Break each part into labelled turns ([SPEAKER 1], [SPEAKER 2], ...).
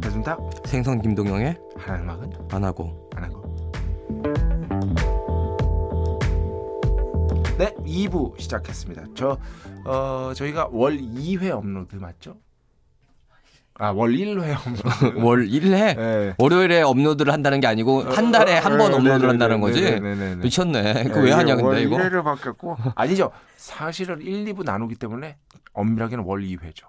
[SPEAKER 1] 배순탁
[SPEAKER 2] 생선 김동영의
[SPEAKER 1] 하나는 막은
[SPEAKER 2] 안 하고
[SPEAKER 1] 안 하고. 네, 2부 시작했습니다. 저 어, 저희가 월 2회 업로드 맞죠? 아, 월 1회 업로드.
[SPEAKER 2] 월 1회
[SPEAKER 1] 네.
[SPEAKER 2] 월요일에 업로드를 한다는 게 아니고 한 달에 한 번
[SPEAKER 1] 어,
[SPEAKER 2] 업로드를
[SPEAKER 1] 네네네,
[SPEAKER 2] 한다는 거지.
[SPEAKER 1] 네네네네.
[SPEAKER 2] 미쳤네. 그거 왜 하냐 근데 이거.
[SPEAKER 1] 를 바뀌었고 아니죠. 사실은 1, 2부 나누기 때문에 엄밀하게는 월 2회죠.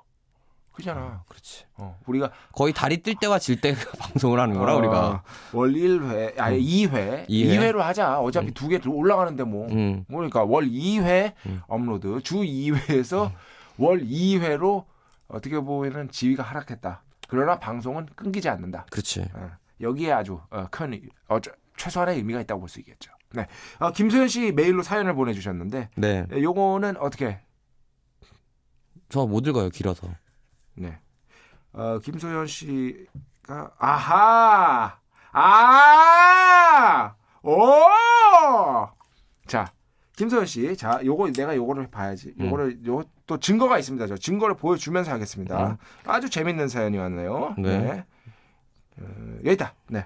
[SPEAKER 1] 그잖아.
[SPEAKER 2] 그렇지.
[SPEAKER 1] 어, 우리가
[SPEAKER 2] 거의 달이 뜰 때와 질 때 방송을 하는 거라
[SPEAKER 1] 어,
[SPEAKER 2] 우리가. 음.
[SPEAKER 1] 월 1회 아니 2회
[SPEAKER 2] 이 회?
[SPEAKER 1] 2회? 로 하자. 어차피 두 개 올라가는데 뭐.
[SPEAKER 2] 음.
[SPEAKER 1] 그러니까 월 2회
[SPEAKER 2] 음.
[SPEAKER 1] 업로드 주 2회에서 월 2회로 어떻게 보면은 지위가 하락했다. 그러나 방송은 끊기지 않는다.
[SPEAKER 2] 그렇지.
[SPEAKER 1] 어, 여기에 아주 어, 큰 의- 어, 최- 최소한의 의미가 있다고 볼 수 있겠죠. 네, 어, 김소연 씨 메일로 사연을 보내주셨는데
[SPEAKER 2] 네.
[SPEAKER 1] 예, 요거는 어떻게?
[SPEAKER 2] 저 못 읽어요 길어서.
[SPEAKER 1] 네, 어, 김소연 씨가 아하, 아, 오, 자, 김소연 씨, 자, 요거 내가 요거를 봐야지. 요거를 요또 증거가 있습니다. 저 증거를 보여주면서 하겠습니다.
[SPEAKER 2] 음.
[SPEAKER 1] 아주 재밌는 사연이 왔네요.
[SPEAKER 2] 네.
[SPEAKER 1] 어, 여기 있다. 네.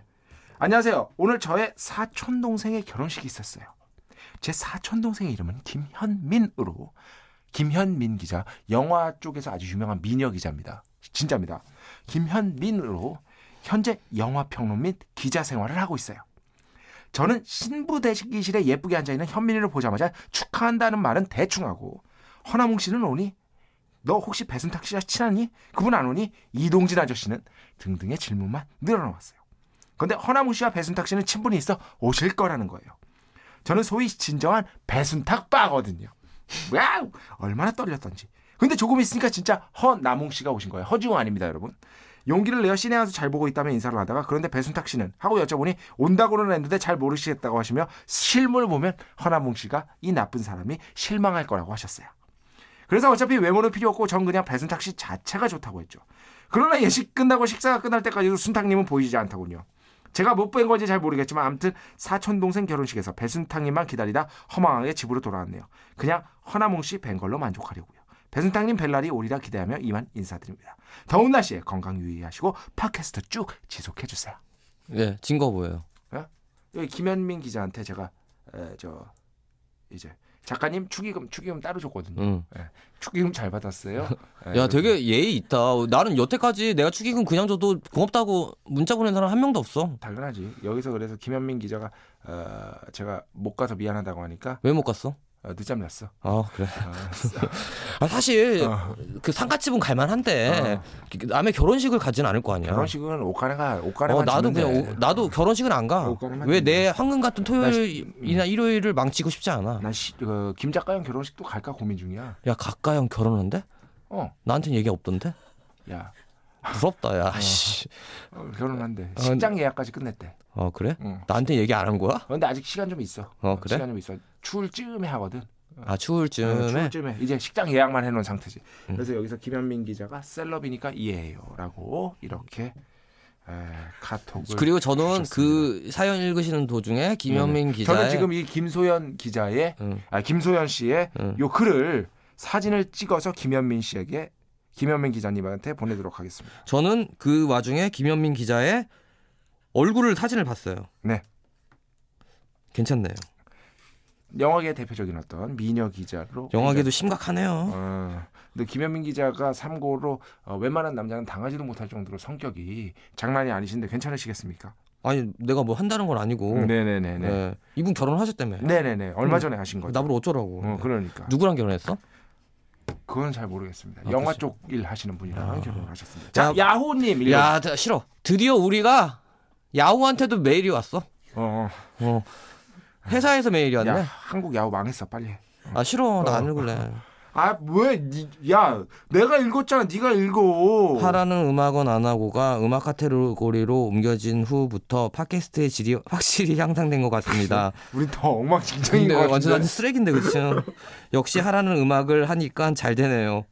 [SPEAKER 1] 안녕하세요. 오늘 저의 사촌 동생의 결혼식이 있었어요. 제 사촌 동생의 이름은 김현민으로 김현민 기자 영화 쪽에서 아주 유명한 미녀 기자입니다. 진짜입니다. 김현민으로 현재 영화 평론 및 기자 생활을 하고 있어요. 저는 신부 대기실에 예쁘게 앉아 있는 현민이를 보자마자 축하한다는 말은 대충 하고 허나몽 씨는 오니 너 혹시 배순탁 씨와 친하니? 그분 안 오니? 이동진 아저씨는 등등의 질문만 늘어나왔어요. 근데 허나무 씨와 배순탁 씨는 친분이 있어 오실 거라는 거예요. 저는 소위 진정한 배순탁 빠거든요. 와우! 얼마나 떨렸던지. 근데 조금 있으니까 진짜 허나몽 씨가 오신 거예요. 허지웅 아닙니다, 여러분. 용기를 내어 시내 와서 잘 보고 있다며 인사를 하다가 그런데 배순탁 씨는 하고 여쭤보니 온다고는 했는데 잘 모르시겠다고 하시며 실물 보면 허나몽 씨가 이 나쁜 사람이 실망할 거라고 하셨어요. 그래서 어차피 외모는 필요 없고 전 그냥 배순탁 씨 자체가 좋다고 했죠. 그러나 예식 끝나고 식사가 끝날 때까지도 순탁님은 보이지 않더군요. 제가 못 뵌 건지 잘 모르겠지만 아무튼 사촌 동생 결혼식에서 배순탁님만 기다리다 허망하게 집으로 돌아왔네요. 그냥 허나몽 씨 뵌 걸로 만족하려고요. 배순탁님 뵐 날이 오리라 기대하며 이만 인사드립니다. 더운 날씨에 건강 유의하시고 팟캐스트 쭉 지속해 주세요.
[SPEAKER 2] 네, 증거 보여요.
[SPEAKER 1] 여기 김현민 기자한테 제가 에, 저 이제 작가님 축의금 축의금 따로 줬거든요.
[SPEAKER 2] 음.
[SPEAKER 1] 축의금 잘 받았어요. 에,
[SPEAKER 2] 야, 되게 예의 있다. 나는 여태까지 내가 축의금 그냥 줘도 고맙다고 문자 보낸 사람 한 명도 없어.
[SPEAKER 1] 당연하지. 여기서 그래서 김현민 기자가 어, 제가 못 가서 미안하다고 하니까
[SPEAKER 2] 왜 못 갔어?
[SPEAKER 1] 어, 늦잠 잤어.
[SPEAKER 2] 아 그래.
[SPEAKER 1] 아,
[SPEAKER 2] 아, 사실
[SPEAKER 1] 어.
[SPEAKER 2] 그 상가집은 갈만한데
[SPEAKER 1] 어.
[SPEAKER 2] 남의 결혼식을 가진 않을 거 아니야.
[SPEAKER 1] 결혼식은 옷가네가 옷가네만
[SPEAKER 2] 어, 나도
[SPEAKER 1] 주는데.
[SPEAKER 2] 그냥 오- 나도 결혼식은 안 가.
[SPEAKER 1] 옷가네만
[SPEAKER 2] 왜
[SPEAKER 1] 주는데.
[SPEAKER 2] 내 황금 같은 토요일이나 일요일을 망치고 싶지 않아.
[SPEAKER 1] 난 시, 그, 김 작가 형 결혼식도 갈까 고민 중이야.
[SPEAKER 2] 야 가까이 형 결혼한데?
[SPEAKER 1] 어,
[SPEAKER 2] 나한텐 얘기 없던데?
[SPEAKER 1] 야
[SPEAKER 2] 부럽다 야. 씨.
[SPEAKER 1] 어, 결혼한대.
[SPEAKER 2] 아,
[SPEAKER 1] 식장 예약까지 끝냈대.
[SPEAKER 2] 어 그래?
[SPEAKER 1] 응.
[SPEAKER 2] 나한테 얘기 안 한 거야?
[SPEAKER 1] 근데 아직 시간 좀 있어.
[SPEAKER 2] 어, 그래?
[SPEAKER 1] 시간 좀 있어. 추울 쯤에 하거든.
[SPEAKER 2] 아 추울
[SPEAKER 1] 어,
[SPEAKER 2] 쯤에. 음.
[SPEAKER 1] 추울 쯤에 이제 식장 예약만 해놓은 상태지. 그래서 여기서 김현민 기자가 셀럽이니까 이해해요라고 이렇게 에, 카톡을.
[SPEAKER 2] 그리고 저는
[SPEAKER 1] 주셨습니다.
[SPEAKER 2] 그 사연 읽으시는 도중에 김현민 기자의 음.
[SPEAKER 1] 저는 지금 이 김소연 기자의
[SPEAKER 2] 응.
[SPEAKER 1] 아, 김소연 씨의
[SPEAKER 2] 응.
[SPEAKER 1] 요 글을 사진을 찍어서 김현민 씨에게 김현민 기자님한테 보내도록 하겠습니다.
[SPEAKER 2] 저는 그 와중에 김현민 기자의 얼굴을 사진을 봤어요.
[SPEAKER 1] 네.
[SPEAKER 2] 괜찮네요.
[SPEAKER 1] 영화계 대표적인 어떤 미녀 기자로
[SPEAKER 2] 영화계도 심각하네요.
[SPEAKER 1] 네. 어, 근데 김현민 기자가 참고로 어, 웬만한 남자는 당하지도 못할 정도로 성격이 장난이 아니신데 괜찮으시겠습니까?
[SPEAKER 2] 아니 내가 뭐 한다는 건 아니고.
[SPEAKER 1] 네네네네. 네.
[SPEAKER 2] 네. 이분 결혼하셨다며.
[SPEAKER 1] 네네 얼마 전에 하신 거죠?
[SPEAKER 2] 나보고 어쩌라고.
[SPEAKER 1] 어, 그러니까
[SPEAKER 2] 누구랑 결혼했어?
[SPEAKER 1] 그건 잘 모르겠습니다.
[SPEAKER 2] 아,
[SPEAKER 1] 영화
[SPEAKER 2] 그치.
[SPEAKER 1] 쪽 일 하시는 분이랑 결혼을 하셨습니다. 자,
[SPEAKER 2] 야-
[SPEAKER 1] 야호님 일요.
[SPEAKER 2] 야 다- 싫어. 드디어 우리가 야호한테도 메일이 왔어.
[SPEAKER 1] 어,
[SPEAKER 2] 어. 회사에서 메일이
[SPEAKER 1] 어.
[SPEAKER 2] 왔네.
[SPEAKER 1] 야, 한국 야호 망했어 빨리. 해.
[SPEAKER 2] 아 싫어. 나 안
[SPEAKER 1] 어.
[SPEAKER 2] 읽을래.
[SPEAKER 1] 아, 왜? 니, 야, 내가 읽었잖아. 네가 읽어.
[SPEAKER 2] 파라는 음악은 안 하고가 음악 카테고리로 옮겨진 후부터 팟캐스트의 질이 확실히 향상된 것 같습니다.
[SPEAKER 1] 우린 더 엉망진창인
[SPEAKER 2] 근데 그렇죠?
[SPEAKER 1] 것 같은데.
[SPEAKER 2] 완전 완전 쓰레기인데 그치? 역시 하라는 음악을 하니까 잘 되네요.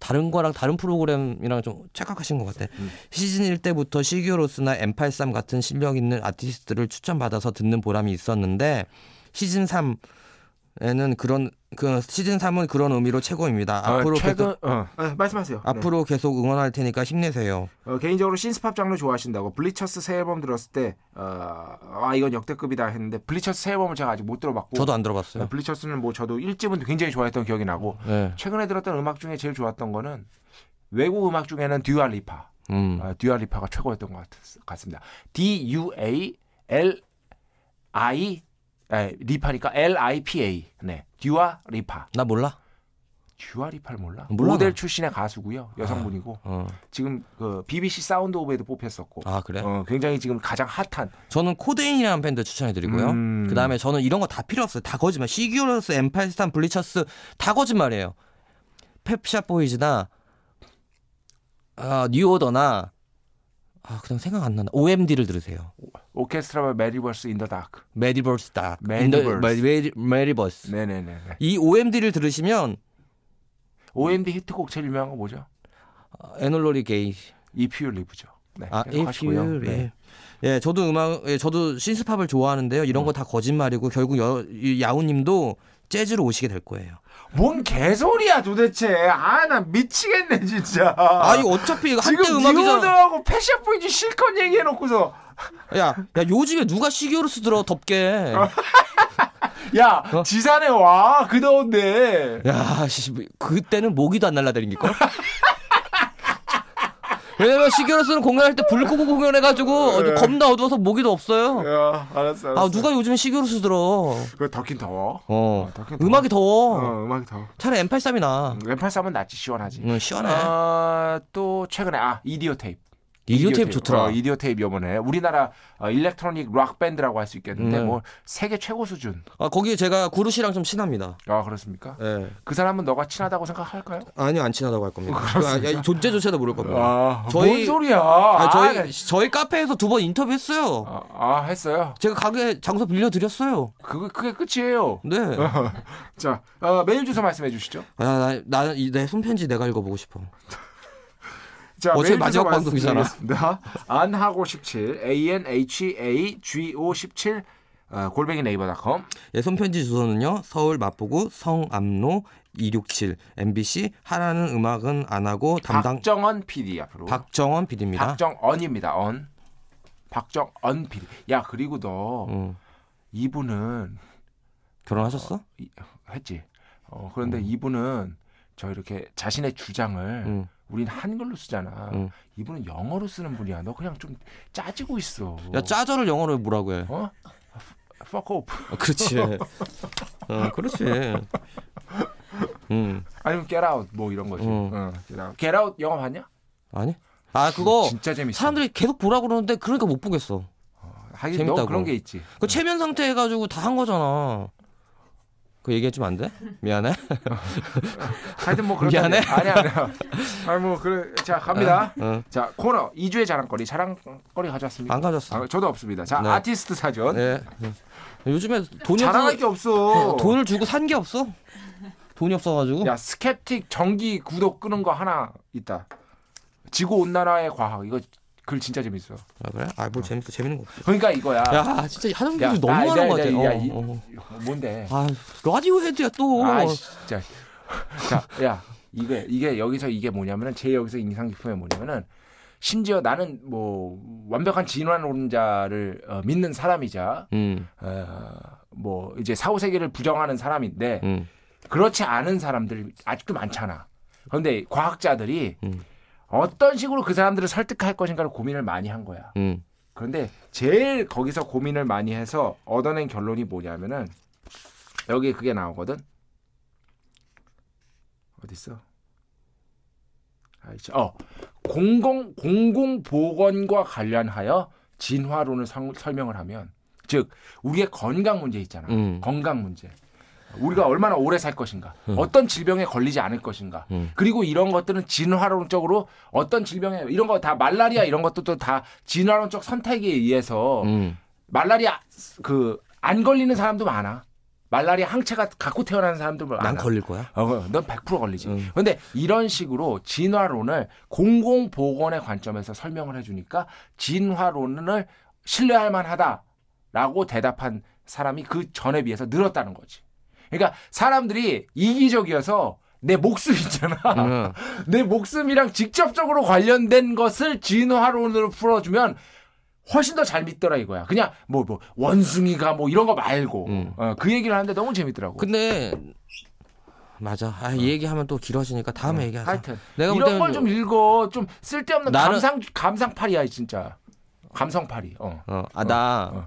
[SPEAKER 2] 다른 거랑 다른 프로그램이랑 좀 착각하신 것 같아.
[SPEAKER 1] 음.
[SPEAKER 2] 시즌 1 때부터 시규로스나 M83 같은 실력 있는 아티스트를 추천받아서 듣는 보람이 있었는데 시즌 3에는 그런 그 시즌 3은 그런 의미로 최고입니다. 앞으로
[SPEAKER 1] 어, 최근
[SPEAKER 2] 계속
[SPEAKER 1] 어, 네, 말씀하세요. 네.
[SPEAKER 2] 앞으로 계속 응원할 테니까 힘내세요.
[SPEAKER 1] 어, 개인적으로 신스팝 장르 좋아하신다고 블리처스 새 앨범 들었을 때 어, 아 이건 역대급이다 했는데 블리처스 새 앨범을 제가 아직 못 들어봤고
[SPEAKER 2] 저도 안
[SPEAKER 1] 어,
[SPEAKER 2] 들어봤어요.
[SPEAKER 1] 블리처스는 뭐 저도 1집은 굉장히 좋아했던 기억이 나고
[SPEAKER 2] 네.
[SPEAKER 1] 최근에 들었던 음악 중에 제일 좋았던 거는 외국 음악 중에는 듀알리파
[SPEAKER 2] 음.
[SPEAKER 1] 아, 듀알리파가 최고였던 것 같, 습니다 D U A L I 아, 리파니까 L I P A 네 듀알리파
[SPEAKER 2] 나 몰라.
[SPEAKER 1] 듀알리파를 몰라?
[SPEAKER 2] 몰라.
[SPEAKER 1] 모델 출신의 가수고요 여성분이고
[SPEAKER 2] 어.
[SPEAKER 1] 지금 그 BBC 사운드 오브에도 뽑혔었고
[SPEAKER 2] 아 그래?
[SPEAKER 1] 어, 굉장히 지금 가장 핫한
[SPEAKER 2] 저는 코데인이라는 밴드 추천해드리고요.
[SPEAKER 1] 음.
[SPEAKER 2] 그 다음에 저는 이런 거 다 필요 없어요. 다 거짓말. 시규러스, 엠팔스탄, 블리처스 다 거짓말이에요. 펩샷 보이즈나 아, 뉴오더나 아 그냥 생각 안 난다. OMD를 들으세요.
[SPEAKER 1] 오케스트라와 메리버스 인더 다크.
[SPEAKER 2] 메디버스 다.
[SPEAKER 1] 메디버스.
[SPEAKER 2] 메디버스.
[SPEAKER 1] 네네네. 네
[SPEAKER 2] 이 OMD를 들으시면
[SPEAKER 1] OMD 히트곡 제일 유명한 거 뭐죠?
[SPEAKER 2] 에놀로리 아, 게이.
[SPEAKER 1] If You Live죠. 네.
[SPEAKER 2] 아,
[SPEAKER 1] 계속
[SPEAKER 2] if
[SPEAKER 1] 하시고요.
[SPEAKER 2] you,
[SPEAKER 1] 네.
[SPEAKER 2] 예. 예, 저도 음악, 예, 저도 신스팝을 좋아하는데요.
[SPEAKER 1] 음.
[SPEAKER 2] 이런 거 다 거짓말이고 결국 여, 이 야우님도 재즈로 오시게 될 거예요.
[SPEAKER 1] 뭔 개소리야 도대체. 아 나 미치겠네 진짜.
[SPEAKER 2] 아, 이거 어차피 이거 한때
[SPEAKER 1] 지금
[SPEAKER 2] 음악이잖아.
[SPEAKER 1] 뉴오더하고 패션보이즈 실컷 얘기해놓고서
[SPEAKER 2] 야, 야, 요즘에 누가 시기오르스 들어 덥게.
[SPEAKER 1] 야
[SPEAKER 2] 어?
[SPEAKER 1] 지산에 와. 그 더운데.
[SPEAKER 2] 야, 씨, 뭐, 그때는 모기도 안 날라다니니까. 왜냐면 시기오르스는 공연할 때 불 끄고 공연해가지고 어디 겁나 어두워서 모기도 없어요.
[SPEAKER 1] 야 알았어 알았어.
[SPEAKER 2] 아, 누가 요즘에 시기오르스 들어.
[SPEAKER 1] 그 덥긴 더워.
[SPEAKER 2] 어,
[SPEAKER 1] 덥긴 더워.
[SPEAKER 2] 음악이 더워.
[SPEAKER 1] 어, 음악이 더워.
[SPEAKER 2] 차라리 M83이 나.
[SPEAKER 1] 왼팔 싸면 낫지 시원하지.
[SPEAKER 2] 응, 시원해.
[SPEAKER 1] 어, 또 최근에 아 이디오 테이프.
[SPEAKER 2] 이디오 테이프 좋더라.
[SPEAKER 1] 어, 이디오 테이프 요번에 우리나라 어, 일렉트로닉 락 밴드라고 할 수 있겠는데
[SPEAKER 2] 네.
[SPEAKER 1] 뭐 세계 최고 수준.
[SPEAKER 2] 아, 거기 제가 구루씨랑 좀 친합니다.
[SPEAKER 1] 아 그렇습니까?
[SPEAKER 2] 예.
[SPEAKER 1] 그 사람은 너가 친하다고 생각할까요?
[SPEAKER 2] 아니요, 안 친하다고 할 겁니다. 아, 야, 존재조차도 모를 겁니다.
[SPEAKER 1] 아,
[SPEAKER 2] 저희-
[SPEAKER 1] 뭔 소리야?
[SPEAKER 2] 아, 저희,
[SPEAKER 1] 아, 나-
[SPEAKER 2] 저희 카페에서 두 번 인터뷰했어요.
[SPEAKER 1] 아, 아, 했어요.
[SPEAKER 2] 제가 가게 장소 빌려드렸어요.
[SPEAKER 1] 그게 그게 끝이에요.
[SPEAKER 2] 네.
[SPEAKER 1] 자 어, 메일 주소 말씀해 주시죠.
[SPEAKER 2] 아, 나, 나 내 손편지 내가 읽어보고 싶어.
[SPEAKER 1] 자,
[SPEAKER 2] 어차피
[SPEAKER 1] 메일 주소
[SPEAKER 2] 마지막
[SPEAKER 1] 말씀드리겠습니다. 네,
[SPEAKER 2] 방송이잖아.
[SPEAKER 1] 안하고 17 a n h a g o 17 어, 골뱅이 네이버닷컴.
[SPEAKER 2] 예, 손편지 주소는요. 서울 마포구 성암로 267 MBC 하라는 음악은 안 하고 담당
[SPEAKER 1] 박정원 PD 앞으로.
[SPEAKER 2] 박정... 원 PD입니다.
[SPEAKER 1] 박정언입니다. 언. 박정언 PD. 야 그리고 너 이분은
[SPEAKER 2] 음. 결혼하셨어?
[SPEAKER 1] 이- 했지. 어, 그런데 이분은 저 이렇게 자신의 주장을
[SPEAKER 2] 음.
[SPEAKER 1] 우린 한글로 쓰잖아.
[SPEAKER 2] 음.
[SPEAKER 1] 이분은 영어로 쓰는 분이야. 너 그냥 좀 짜지고 있어.
[SPEAKER 2] 야, 짜저를 영어로 뭐라고 해?
[SPEAKER 1] 어? Fuck off.
[SPEAKER 2] 어, 그렇지. 어, 그렇지. 음.
[SPEAKER 1] 아니면 get out 뭐 이런 거지.
[SPEAKER 2] 음.
[SPEAKER 1] 어, get out. Get out 영화 봤냐?
[SPEAKER 2] 아니? 아, 그거
[SPEAKER 1] 진짜 재밌어.
[SPEAKER 2] 사람들이 계속 보라고 그러는데 그러니까 못 보겠어.
[SPEAKER 1] 하긴 너
[SPEAKER 2] 재밌다고.
[SPEAKER 1] 그런 게 있지.
[SPEAKER 2] 그 체면 상태 해가지고 다 한 거잖아. 그 얘기해주면 안 돼? 미안해.
[SPEAKER 1] 하여튼 뭐 그런
[SPEAKER 2] 미안해.
[SPEAKER 1] 아니야 아니야. 아니 뭐 그래 자 갑니다.
[SPEAKER 2] 어.
[SPEAKER 1] 자 코너 2주의 자랑거리 자랑거리 가져왔습니다.
[SPEAKER 2] 안 가졌어.
[SPEAKER 1] 아, 저도 없습니다. 자
[SPEAKER 2] 네.
[SPEAKER 1] 아티스트 사전.
[SPEAKER 2] 네. 요즘에 돈이
[SPEAKER 1] 자랑할
[SPEAKER 2] 없어.
[SPEAKER 1] 게 없어.
[SPEAKER 2] 돈을 주고 산 게 없어. 돈이 없어가지고.
[SPEAKER 1] 야 스캡틱 정기 구독 끄는 거 하나 있다. 지구 온난화의 과학 이거 글 진짜 재밌어.
[SPEAKER 2] 아, 그래? 아, 뭘 재밌어. 재밌는 거 없어.
[SPEAKER 1] 그러니까 이거야.
[SPEAKER 2] 야, 진짜 하정기
[SPEAKER 1] 야,
[SPEAKER 2] 너무
[SPEAKER 1] 나,
[SPEAKER 2] 하는 거
[SPEAKER 1] 나,
[SPEAKER 2] 같아.
[SPEAKER 1] 나, 야,
[SPEAKER 2] 어,
[SPEAKER 1] 이-
[SPEAKER 2] 어.
[SPEAKER 1] 뭔데?
[SPEAKER 2] 아, 라디오 헤드야 또.
[SPEAKER 1] 아 진짜. 자, 야 이게 이게 여기서 이게 뭐냐면은 제 여기서 인상 깊은 게 뭐냐면은 심지어 나는 뭐 완벽한 진화론자를 어, 믿는 사람이자
[SPEAKER 2] 음,
[SPEAKER 1] 어, 뭐 이제 사후 세계를 부정하는 사람인데
[SPEAKER 2] 음.
[SPEAKER 1] 그렇지 않은 사람들이 아직도 많잖아. 그런데 과학자들이
[SPEAKER 2] 음.
[SPEAKER 1] 어떤 식으로 그 사람들을 설득할 것인가를 고민을 많이 한 거야.
[SPEAKER 2] 음.
[SPEAKER 1] 그런데 제일 거기서 고민을 많이 해서 얻어낸 결론이 뭐냐면은 여기 그게 나오거든. 어디 있어? 아, 있지. 어 공공 공공 보건과 관련하여 진화론을 성- 설명을 하면 즉 우리의 건강 문제 있잖아.
[SPEAKER 2] 음.
[SPEAKER 1] 건강 문제. 우리가 얼마나 오래 살 것인가, 어떤 질병에 걸리지 않을 것인가,
[SPEAKER 2] 음.
[SPEAKER 1] 그리고 이런 것들은 진화론적으로 어떤 질병에 이런 거 다 말라리아 이런 것도 또 다 진화론적 선택에 의해서
[SPEAKER 2] 음.
[SPEAKER 1] 말라리아 그 안 걸리는 사람도 많아. 말라리아 항체가 갖고 태어난 사람들
[SPEAKER 2] 난
[SPEAKER 1] 많아.
[SPEAKER 2] 걸릴 거야. 음.
[SPEAKER 1] 어, 넌 100% 걸리지.
[SPEAKER 2] 응.
[SPEAKER 1] 근데 이런 식으로 진화론을 공공보건의 관점에서 설명을 해주니까 진화론을 신뢰할 만하다라고 대답한 사람이 그 전에 비해서 늘었다는 거지. 그러니까 사람들이 이기적이어서 내 목숨 있잖아.
[SPEAKER 2] 응.
[SPEAKER 1] 내 목숨이랑 직접적으로 관련된 것을 진화론으로 풀어주면 훨씬 더 잘 믿더라 이거야. 그냥 뭐 뭐 원숭이가 뭐 이런 거 말고
[SPEAKER 2] 응.
[SPEAKER 1] 어, 그 얘기를 하는데 너무 재밌더라고.
[SPEAKER 2] 음. 근데 맞아. 아, 이 얘기하면 또 길어지니까 다음에 얘기하자.
[SPEAKER 1] 어. 하여튼
[SPEAKER 2] 내가 볼
[SPEAKER 1] 이런
[SPEAKER 2] 때는 뭐
[SPEAKER 1] 걸 좀 읽어. 좀 쓸데없는
[SPEAKER 2] 나는-
[SPEAKER 1] 감상 감상팔이야 진짜. 감성팔이. 어.
[SPEAKER 2] 어, 아, 나
[SPEAKER 1] 어.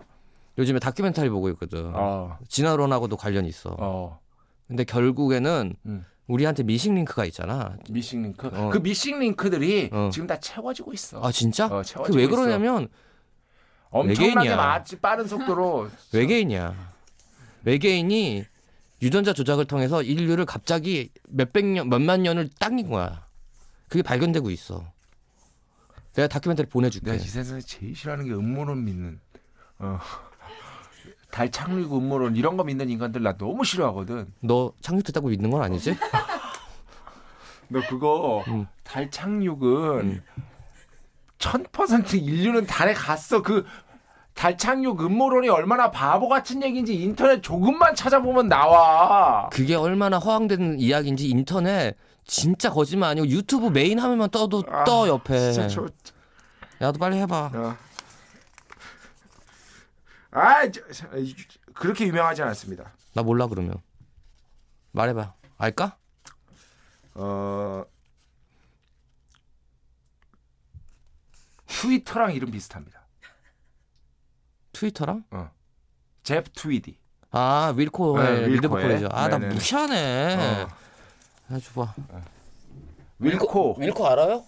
[SPEAKER 2] 요즘에 다큐멘터리 보고 있거든.
[SPEAKER 1] 어.
[SPEAKER 2] 진화론하고도 관련이 있어.
[SPEAKER 1] 어.
[SPEAKER 2] 근데 결국에는
[SPEAKER 1] 음.
[SPEAKER 2] 우리한테 미싱 링크가 있잖아.
[SPEAKER 1] 미싱 링크.
[SPEAKER 2] 어.
[SPEAKER 1] 그 미싱 링크들이
[SPEAKER 2] 어.
[SPEAKER 1] 지금 다 채워지고 있어.
[SPEAKER 2] 아 진짜?
[SPEAKER 1] 어,
[SPEAKER 2] 그
[SPEAKER 1] 채워지고
[SPEAKER 2] 왜 그러냐면
[SPEAKER 1] 엄청나게
[SPEAKER 2] 외계인이야.
[SPEAKER 1] 마치 빠른 속도로
[SPEAKER 2] 외계인이야. 외계인이 유전자 조작을 통해서 인류를 갑자기 몇백 년, 몇만 년을 당긴 거야. 그게 발견되고 있어. 내가 다큐멘터리 보내줄게.
[SPEAKER 1] 내가 이 세상에 제일 싫어하는 게 음모론 믿는. 어. 달 착륙 음모론 이런 거 믿는 인간들 나 너무 싫어하거든.
[SPEAKER 2] 너 착륙됐다고 믿는 건 아니지?
[SPEAKER 1] 너 그거
[SPEAKER 2] 음.
[SPEAKER 1] 달 착륙은 음. 천 퍼센트 인류는 달에 갔어. 그 달 착륙 음모론이 얼마나 바보 같은 얘기인지 인터넷 조금만 찾아보면 나와.
[SPEAKER 2] 그게 얼마나 허황된 이야기인지 인터넷 진짜 거짓말 아니고 유튜브 메인 화면만 떠도
[SPEAKER 1] 아,
[SPEAKER 2] 떠 옆에.
[SPEAKER 1] 진짜 저
[SPEAKER 2] 야너 빨리 해봐.
[SPEAKER 1] 어. 아, 저, 저, 그렇게 유명하지 않았습니다.
[SPEAKER 2] 나 몰라 그러면. 말해봐. 알까?
[SPEAKER 1] 어 트위터랑 이름 비슷합니다.
[SPEAKER 2] 트위터랑?
[SPEAKER 1] 잽 트위디.
[SPEAKER 2] 아
[SPEAKER 1] 네,
[SPEAKER 2] 윌코의
[SPEAKER 1] 윌코의.
[SPEAKER 2] 리드보컬이죠. 아 나
[SPEAKER 1] 네네네.
[SPEAKER 2] 무시하네.
[SPEAKER 1] 어.
[SPEAKER 2] 아 좋아.
[SPEAKER 1] 윌코.
[SPEAKER 2] 윌코 알아요?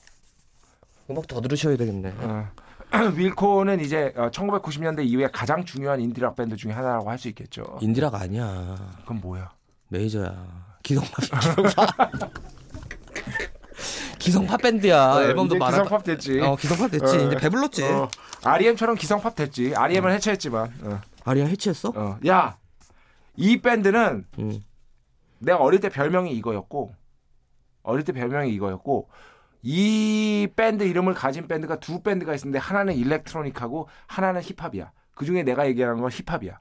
[SPEAKER 2] 음악 더 들으셔야 되겠네.
[SPEAKER 1] 어. 윌코는 이제 1990년대 이후에 가장 중요한 인디락 밴드 중에 하나라고 할 수 있겠죠.
[SPEAKER 2] 인디라가 아니야.
[SPEAKER 1] 그건 뭐야?
[SPEAKER 2] 메이저야. 기성팝 기성팝. 기성팝 밴드야. 앨범도
[SPEAKER 1] 어, 이제
[SPEAKER 2] 많아.
[SPEAKER 1] 기성팝 됐지.
[SPEAKER 2] 어 기성팝 됐지.
[SPEAKER 1] 어.
[SPEAKER 2] 이제 배불렀지.
[SPEAKER 1] 어, REM처럼 기성팝 됐지. REM을 해체했지만.
[SPEAKER 2] 아리아 해체했어?
[SPEAKER 1] 어. 어. 야, 이 밴드는
[SPEAKER 2] 응.
[SPEAKER 1] 내가 어릴 때 별명이 이거였고 어릴 때 별명이 이거였고 이 밴드 이름을 가진 밴드가 두 밴드가 있는데 하나는 일렉트로닉하고 하나는 힙합이야. 그 중에 내가 얘기하는 건 힙합이야.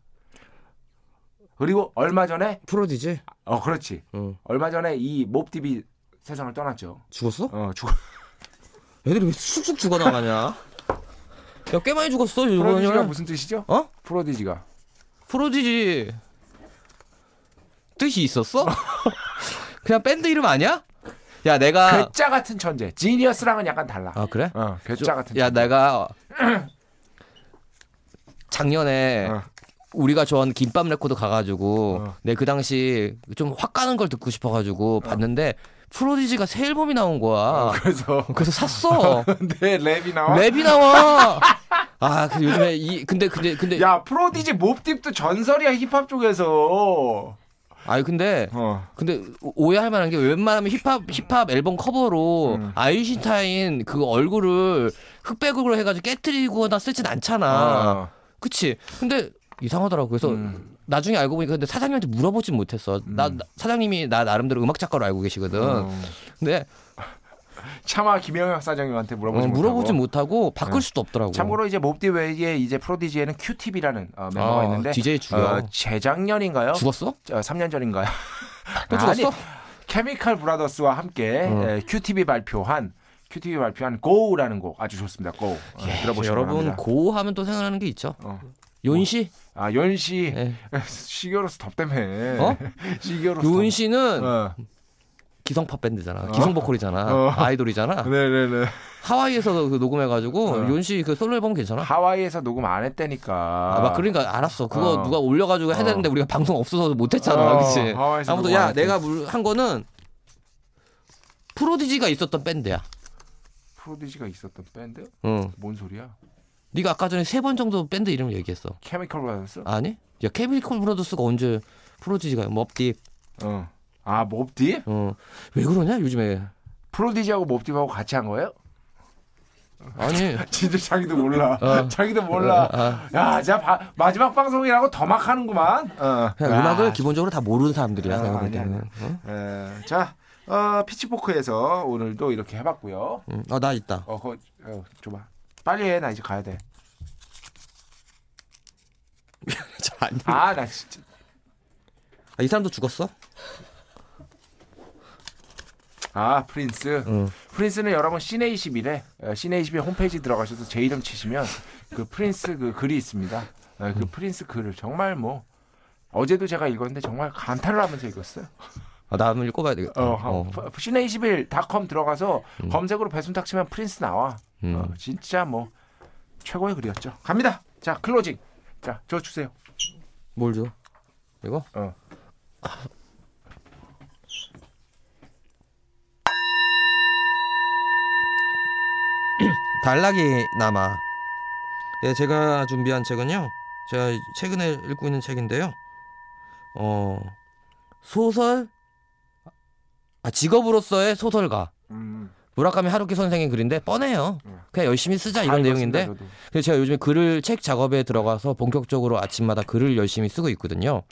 [SPEAKER 1] 그리고 얼마 전에
[SPEAKER 2] 프로디지.
[SPEAKER 1] 어 그렇지
[SPEAKER 2] 응.
[SPEAKER 1] 얼마 전에 이 몹딥이 세상을 떠났죠.
[SPEAKER 2] 죽었어?
[SPEAKER 1] 어 죽.
[SPEAKER 2] 애들이 왜 쑥쑥 죽어나가냐? 야 꽤 많이 죽었어 이번
[SPEAKER 1] 프로디지가
[SPEAKER 2] 년에.
[SPEAKER 1] 무슨 뜻이죠?
[SPEAKER 2] 어?
[SPEAKER 1] 프로디지가
[SPEAKER 2] 프로디지 뜻이 있었어? 그냥 밴드 이름 아니야? 야 내가
[SPEAKER 1] 괴짜 같은 천재. 지니어스랑은 약간 달라.
[SPEAKER 2] 아 그래?
[SPEAKER 1] 어
[SPEAKER 2] 저-
[SPEAKER 1] 괴짜 같은.
[SPEAKER 2] 야
[SPEAKER 1] 천재.
[SPEAKER 2] 내가 작년에
[SPEAKER 1] 어.
[SPEAKER 2] 우리가 좋아하는 김밥 레코드 가가지고
[SPEAKER 1] 어.
[SPEAKER 2] 내 그 당시 좀 확 가는 걸 듣고 싶어가지고 봤는데 프로디지가 새 앨범이 나온 거야.
[SPEAKER 1] 그래서
[SPEAKER 2] 그래서 샀어.
[SPEAKER 1] 근데 랩이 어. 나와.
[SPEAKER 2] 랩이 나와. 아, 그 요즘에 이 근데 근데 근데
[SPEAKER 1] 야 프로디지 몹딥도 전설이야 힙합 쪽에서.
[SPEAKER 2] 아니 근데
[SPEAKER 1] 어.
[SPEAKER 2] 근데 오해할 만한 게 웬만하면 힙합 힙합 앨범 커버로
[SPEAKER 1] 음.
[SPEAKER 2] 아인슈타인 그 얼굴을 흑백으로 해가지고 깨뜨리거나 쓰진 않잖아.
[SPEAKER 1] 아.
[SPEAKER 2] 그치? 근데 이상하더라고. 그래서
[SPEAKER 1] 음.
[SPEAKER 2] 나중에 알고 보니까 근데 사장님한테 물어보진 못했어. 나 나- 사장님이 나 나름대로 음악 작가로 알고 계시거든.
[SPEAKER 1] 어.
[SPEAKER 2] 근데
[SPEAKER 1] 차마 김영혁 사장님한테 물어보지
[SPEAKER 2] 어,
[SPEAKER 1] 못하고. 네.
[SPEAKER 2] 물어보진 못하고 바꿀 수도 없더라고.
[SPEAKER 1] 참고로 이제 몹디 외에 이제 프로디지에는 큐팁이라는 어, 멤버가
[SPEAKER 2] 아,
[SPEAKER 1] 있는데
[SPEAKER 2] DJ 죽여.
[SPEAKER 1] 어, 재작년인가요?
[SPEAKER 2] 죽었어?
[SPEAKER 1] 어, 3년 전인가요?
[SPEAKER 2] 또
[SPEAKER 1] 아니,
[SPEAKER 2] 죽었어? 어.
[SPEAKER 1] 케미칼 브라더스와 함께 에, 큐팁이 발표한 큐팁이 발표한 고우라는 곡 아주 좋습니다. 고우 어, 들어보시기
[SPEAKER 2] 예, 여러분
[SPEAKER 1] 바랍니다.
[SPEAKER 2] 고하면 또 생각나는 게 있죠.
[SPEAKER 1] 어.
[SPEAKER 2] 요인 씨,
[SPEAKER 1] 아 연씨
[SPEAKER 2] 예.
[SPEAKER 1] 시겨로스 덥다며.
[SPEAKER 2] 어?
[SPEAKER 1] 시겨로스.
[SPEAKER 2] 요인 씨는
[SPEAKER 1] 어.
[SPEAKER 2] 기성팝 밴드잖아. 기성 보컬이잖아.
[SPEAKER 1] 어.
[SPEAKER 2] 아이돌이잖아.
[SPEAKER 1] 네네네.
[SPEAKER 2] 하와이에서 그 녹음해가지고
[SPEAKER 1] 어.
[SPEAKER 2] 윤씨 그 솔로 앨범 괜찮아?
[SPEAKER 1] 하와이에서 녹음 안 했다니까.
[SPEAKER 2] 아, 막 그러니까 알았어. 그거
[SPEAKER 1] 어.
[SPEAKER 2] 누가 올려가지고 해야
[SPEAKER 1] 어.
[SPEAKER 2] 되는데 우리가 방송 없어서 못했잖아,
[SPEAKER 1] 어,
[SPEAKER 2] 그렇지?
[SPEAKER 1] 하와이에서
[SPEAKER 2] 아무튼
[SPEAKER 1] 녹음 안
[SPEAKER 2] 야
[SPEAKER 1] 했대.
[SPEAKER 2] 내가 물- 한 거는 프로디지가 있었던 밴드야.
[SPEAKER 1] 프로디지가 있었던 밴드?
[SPEAKER 2] 응.
[SPEAKER 1] 뭔 소리야?
[SPEAKER 2] 네가 아까 전에 세 번 정도 밴드 이름을 얘기했어.
[SPEAKER 1] 케미컬 브라더스?
[SPEAKER 2] 아니? 야 케미컬 브라더스가 언제 프로디지가 몹딥?
[SPEAKER 1] 어. 아 몹디?
[SPEAKER 2] 어. 왜 그러냐 요즘에?
[SPEAKER 1] 프로디지하고 몹디하고 같이 한 거예요?
[SPEAKER 2] 아니.
[SPEAKER 1] 진짜 자기도 몰라.
[SPEAKER 2] 어.
[SPEAKER 1] 자기도 몰라.
[SPEAKER 2] 아.
[SPEAKER 1] 야, 자 바- 마지막 방송이라고 더 막 하는구만. 어.
[SPEAKER 2] 그냥
[SPEAKER 1] 야,
[SPEAKER 2] 음악을 기본적으로 다 모르는 사람들이야.
[SPEAKER 1] 아,
[SPEAKER 2] 내가 볼
[SPEAKER 1] 아니야,
[SPEAKER 2] 때는.
[SPEAKER 1] 에, 자, 어, 피치포크에서 오늘도 이렇게 해봤고요.
[SPEAKER 2] 응? 어, 나 있다.
[SPEAKER 1] 어, 거, 어, 줘봐. 빨리 해, 나 이제 가야 돼.
[SPEAKER 2] 잘 안-
[SPEAKER 1] 아, 나 진짜.
[SPEAKER 2] 아, 이 사람도 죽었어?
[SPEAKER 1] 아, 프린스.
[SPEAKER 2] 응.
[SPEAKER 1] 프린스는 여러분 시네21에 어, 시네21 홈페이지 들어가셔서 제 이름 치시면 그 프린스 그 글이 있습니다. 어,
[SPEAKER 2] 음.
[SPEAKER 1] 그 프린스 글을 정말 뭐 어제도 제가 읽었는데 정말 감탄을 하면서 읽었어요.
[SPEAKER 2] 아, 나 한번 음. 읽어봐야 되겠다.
[SPEAKER 1] 어, 시네21.com 들어가서 검색으로 배순탁 치면 프린스 나와.
[SPEAKER 2] 음.
[SPEAKER 1] 어, 진짜 뭐 최고의 글이었죠. 갑니다. 자, 클로징. 자, 저 주세요.
[SPEAKER 2] 뭘 줘? 이거?
[SPEAKER 1] 어.
[SPEAKER 2] 단락이 남아. 예, 제가 준비한 책은요. 제가 최근에 읽고 있는 책인데요. 어, 소설 아, 직업으로서의 소설가.
[SPEAKER 1] 음,
[SPEAKER 2] 무라카미 하루키 선생의 글인데 뻔해요. 그냥 열심히 쓰자 이런
[SPEAKER 1] 다
[SPEAKER 2] 내용인데
[SPEAKER 1] 음. 읽었습니다, 저도.
[SPEAKER 2] 그래서 제가 요즘에 글을 책 작업에 들어가서 본격적으로 아침마다 글을 열심히 쓰고 있거든요.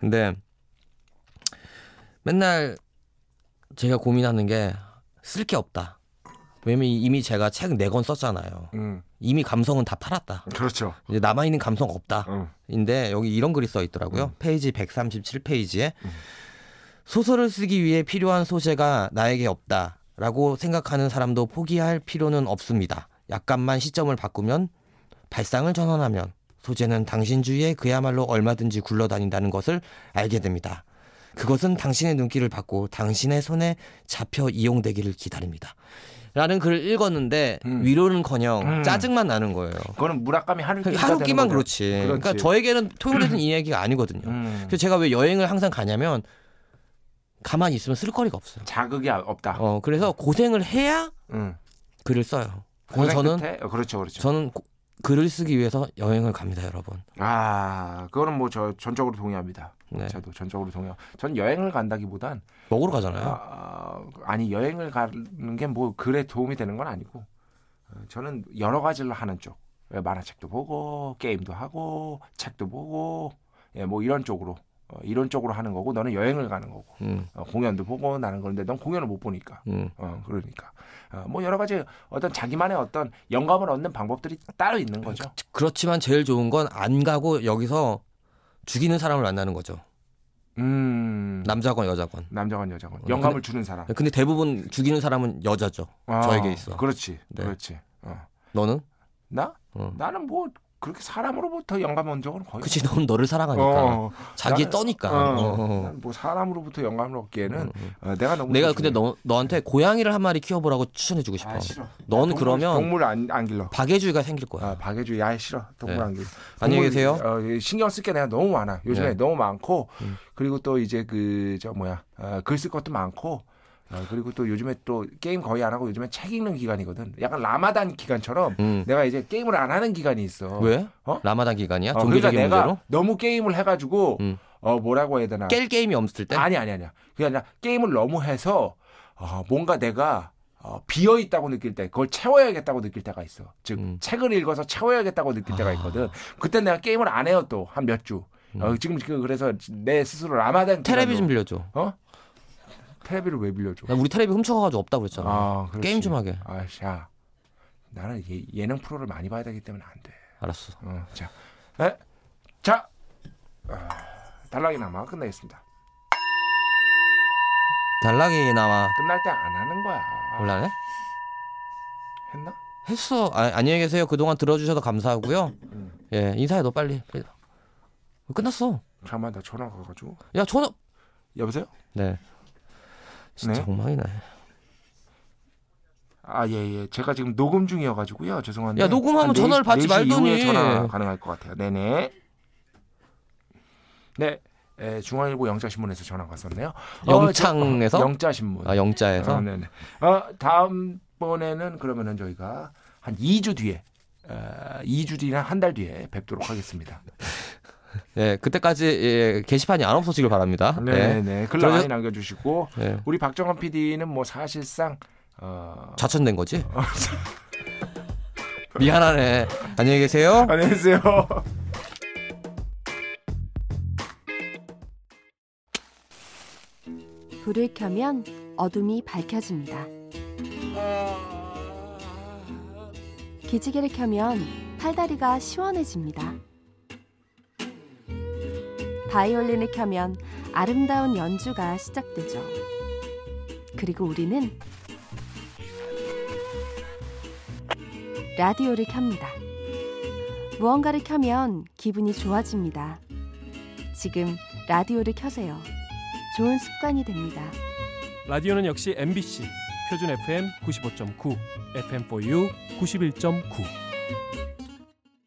[SPEAKER 2] 근데 맨날 제가 고민하는 게 쓸 게 없다. 왜냐면 이미 제가 책 네 권 썼잖아요.
[SPEAKER 1] 음,
[SPEAKER 2] 이미 감성은 다 팔았다.
[SPEAKER 1] 그렇죠.
[SPEAKER 2] 이제 남아 있는 감성 없다.
[SPEAKER 1] 음.
[SPEAKER 2] 인데 여기 이런 글이 써 있더라고요. 페이지 137페이지에
[SPEAKER 1] 음.
[SPEAKER 2] 소설을 쓰기 위해 필요한 소재가 나에게 없다라고 생각하는 사람도 포기할 필요는 없습니다. 약간만 시점을 바꾸면 발상을 전환하면 소재는 당신 주위에 그야말로 얼마든지 굴러다닌다는 것을 알게 됩니다. 그것은 당신의 눈길을 받고 당신의 손에 잡혀 이용되기를 기다립니다. 라는 글을 읽었는데
[SPEAKER 1] 음.
[SPEAKER 2] 위로는커녕
[SPEAKER 1] 음.
[SPEAKER 2] 짜증만 나는 거예요.
[SPEAKER 1] 그거는 무라카미 하루키
[SPEAKER 2] 하루끼만 그렇지. 그러니까 저에게는 토요일에는 이 얘기가 아니거든요.
[SPEAKER 1] 음.
[SPEAKER 2] 그래서 제가 왜 여행을 항상 가냐면 가만히 있으면 쓸 거리가 없어요.
[SPEAKER 1] 자극이 없다.
[SPEAKER 2] 어, 그래서 고생을 해야
[SPEAKER 1] 음.
[SPEAKER 2] 글을 써요. 그래서 저는
[SPEAKER 1] 끝에? 어, 그렇죠, 그렇죠.
[SPEAKER 2] 저는 고- 글을 쓰기 위해서 여행을 갑니다, 여러분.
[SPEAKER 1] 아, 그거는 뭐 저 전적으로 동의합니다.
[SPEAKER 2] 네.
[SPEAKER 1] 저도 전적으로 동의하고. 전 여행을 간다기보단
[SPEAKER 2] 먹으러 가잖아요.
[SPEAKER 1] 아, 아니 여행을 가는 게 뭐 글에 도움이 되는 건 아니고 어, 저는 여러 가지를 하는 쪽. 예, 만화책도 보고 게임도 하고 책도 보고 예, 뭐 이런 쪽으로 어, 이런 쪽으로 하는 거고 너는 여행을 가는 거고
[SPEAKER 2] 음,
[SPEAKER 1] 어, 공연도 보고 나는 그런데 넌 공연을 못 보니까
[SPEAKER 2] 음.
[SPEAKER 1] 어, 그러니까 어, 뭐 여러 가지 어떤 자기만의 어떤 영감을 얻는 방법들이 따로 있는 거죠.
[SPEAKER 2] 그렇지만 제일 좋은 건 안 가고 여기서 죽이는 사람을 만나는 거죠.
[SPEAKER 1] 음.
[SPEAKER 2] 남자건 여자건.
[SPEAKER 1] 남자건 여자건 영감을 주는 사람.
[SPEAKER 2] 어, 근데 대부분 죽이는 사람은 여자죠.
[SPEAKER 1] 아,
[SPEAKER 2] 저에게 있어.
[SPEAKER 1] 그렇지,
[SPEAKER 2] 네.
[SPEAKER 1] 그렇지. 어.
[SPEAKER 2] 너는?
[SPEAKER 1] 나?
[SPEAKER 2] 어.
[SPEAKER 1] 나는 뭐 그렇게 사람으로부터 영감 온 적은 거의.
[SPEAKER 2] 그치, 넌 너를 사랑하니까.
[SPEAKER 1] 어,
[SPEAKER 2] 자기
[SPEAKER 1] 나는-
[SPEAKER 2] 떠니까. 어, 어.
[SPEAKER 1] 어. 난뭐 사람으로부터 영감을 얻기에는 어, 내가 너무
[SPEAKER 2] 내가
[SPEAKER 1] 소중해.
[SPEAKER 2] 근데 너, 너한테 고양이를 한 마리 키워보라고 추천해주고 싶어.
[SPEAKER 1] 아, 싫어.
[SPEAKER 2] 넌
[SPEAKER 1] 동물,
[SPEAKER 2] 그러면
[SPEAKER 1] 동물 안, 안 길러.
[SPEAKER 2] 박애주의가 생길 거야.
[SPEAKER 1] 아, 박해주 야 싫어. 동물
[SPEAKER 2] 네.
[SPEAKER 1] 안 길러.
[SPEAKER 2] 안녕히
[SPEAKER 1] 동물,
[SPEAKER 2] 계세요.
[SPEAKER 1] 어, 이 신경 쓸 게 내가 너무 많아. 요즘에
[SPEAKER 2] 네.
[SPEAKER 1] 너무 많고 그리고 또 이제 그 저 뭐야 어, 글 쓸 것도 많고. 어, 그리고 또 요즘에 또 게임 거의 안 하고 요즘에 책 읽는 기간이거든. 약간 라마단 기간처럼
[SPEAKER 2] 음.
[SPEAKER 1] 내가 이제 게임을 안 하는 기간이 있어.
[SPEAKER 2] 왜?
[SPEAKER 1] 어?
[SPEAKER 2] 라마단 기간이야?
[SPEAKER 1] 어, 그러니까
[SPEAKER 2] 종교적인
[SPEAKER 1] 내가
[SPEAKER 2] 문제로?
[SPEAKER 1] 너무 게임을 해가지고
[SPEAKER 2] 음.
[SPEAKER 1] 어 뭐라고 해야 되나?
[SPEAKER 2] 깰 게임이 없을 때?
[SPEAKER 1] 아니 아니 아니야. 그게 아니라 게임을 너무 해서 어, 뭔가 내가 어, 비어 있다고 느낄 때, 그걸 채워야겠다고 느낄 때가 있어. 즉
[SPEAKER 2] 음. 아.
[SPEAKER 1] 책을 읽어서 채워야겠다고 느낄 때가 있거든. 그때 내가 게임을 안 해요 또 한 몇 주. 어, 지금 그- 그래서 내 스스로 라마단
[SPEAKER 2] 음. 테레비 좀
[SPEAKER 1] 기간으로-
[SPEAKER 2] 빌려줘.
[SPEAKER 1] 어? 테레비를 왜 빌려줘?
[SPEAKER 2] 나 우리 테레비 훔쳐가가지고 없다고 그랬잖아.
[SPEAKER 1] 아, 그렇지.
[SPEAKER 2] 게임 좀 하게.
[SPEAKER 1] 아, 야, 나는 예, 예능 프로를 많이 봐야 되기 때문에 안 돼.
[SPEAKER 2] 알았어.
[SPEAKER 1] 어, 자, 에? 자, 아, 달락이 남아 끝내겠습니다.
[SPEAKER 2] 단락이 나와.
[SPEAKER 1] 끝날 때 안 하는 거야.
[SPEAKER 2] 곤란해?
[SPEAKER 1] 했나?
[SPEAKER 2] 했어. 아, 안녕히 계세요. 그동안 들어주셔서 감사하고요.
[SPEAKER 1] 음.
[SPEAKER 2] 예, 인사해 너 빨리. 빨리. 끝났어.
[SPEAKER 1] 잠깐만 나 전화 가가지고.
[SPEAKER 2] 야 전화.
[SPEAKER 1] 여보세요?
[SPEAKER 2] 네. 진짜
[SPEAKER 1] 네.
[SPEAKER 2] 엉망이네.
[SPEAKER 1] 아 예예. 제가 지금 녹음 중이어가지고요. 죄송한데.
[SPEAKER 2] 야, 녹음하면
[SPEAKER 1] 한 네-
[SPEAKER 2] 전화를 받지
[SPEAKER 1] 네 시 이후에
[SPEAKER 2] 말더니.
[SPEAKER 1] 전화 가능할 것 같아요. 네네. 네. 에, 중앙일보 영자신문에서 전화 갔었네요.
[SPEAKER 2] 영창에서?
[SPEAKER 1] 어, 영자신문.
[SPEAKER 2] 아 영자에서.
[SPEAKER 1] 어, 네네. 어, 다음 번에는 그러면은 저희가 한 2주 뒤에. 어, 2주 뒤나 한 달 뒤에 뵙도록 하겠습니다.
[SPEAKER 2] 네. 예, 그때까지 예, 게시판이 안 없어지길 바랍니다.
[SPEAKER 1] 네네.
[SPEAKER 2] 네.
[SPEAKER 1] 글 많이
[SPEAKER 2] 그러죠-
[SPEAKER 1] 남겨주시고
[SPEAKER 2] 예.
[SPEAKER 1] 우리 박정원 PD는 뭐 사실상 어,
[SPEAKER 2] 좌천된 거지? 미안하네. 안녕히 계세요.
[SPEAKER 1] 안녕히 계세요.
[SPEAKER 3] 불을 켜면 어둠이 밝혀집니다. 기지개를 켜면 팔다리가 시원해집니다. 바이올린을 켜면 아름다운 연주가 시작되죠. 그리고 우리는 라디오를 켭니다. 무언가를 켜면 기분이 좋아집니다. 지금 라디오를 켜세요. 좋은 습관이 됩니다.
[SPEAKER 4] 라디오는 역시 MBC 표준 FM 95.9 FM4U 91.9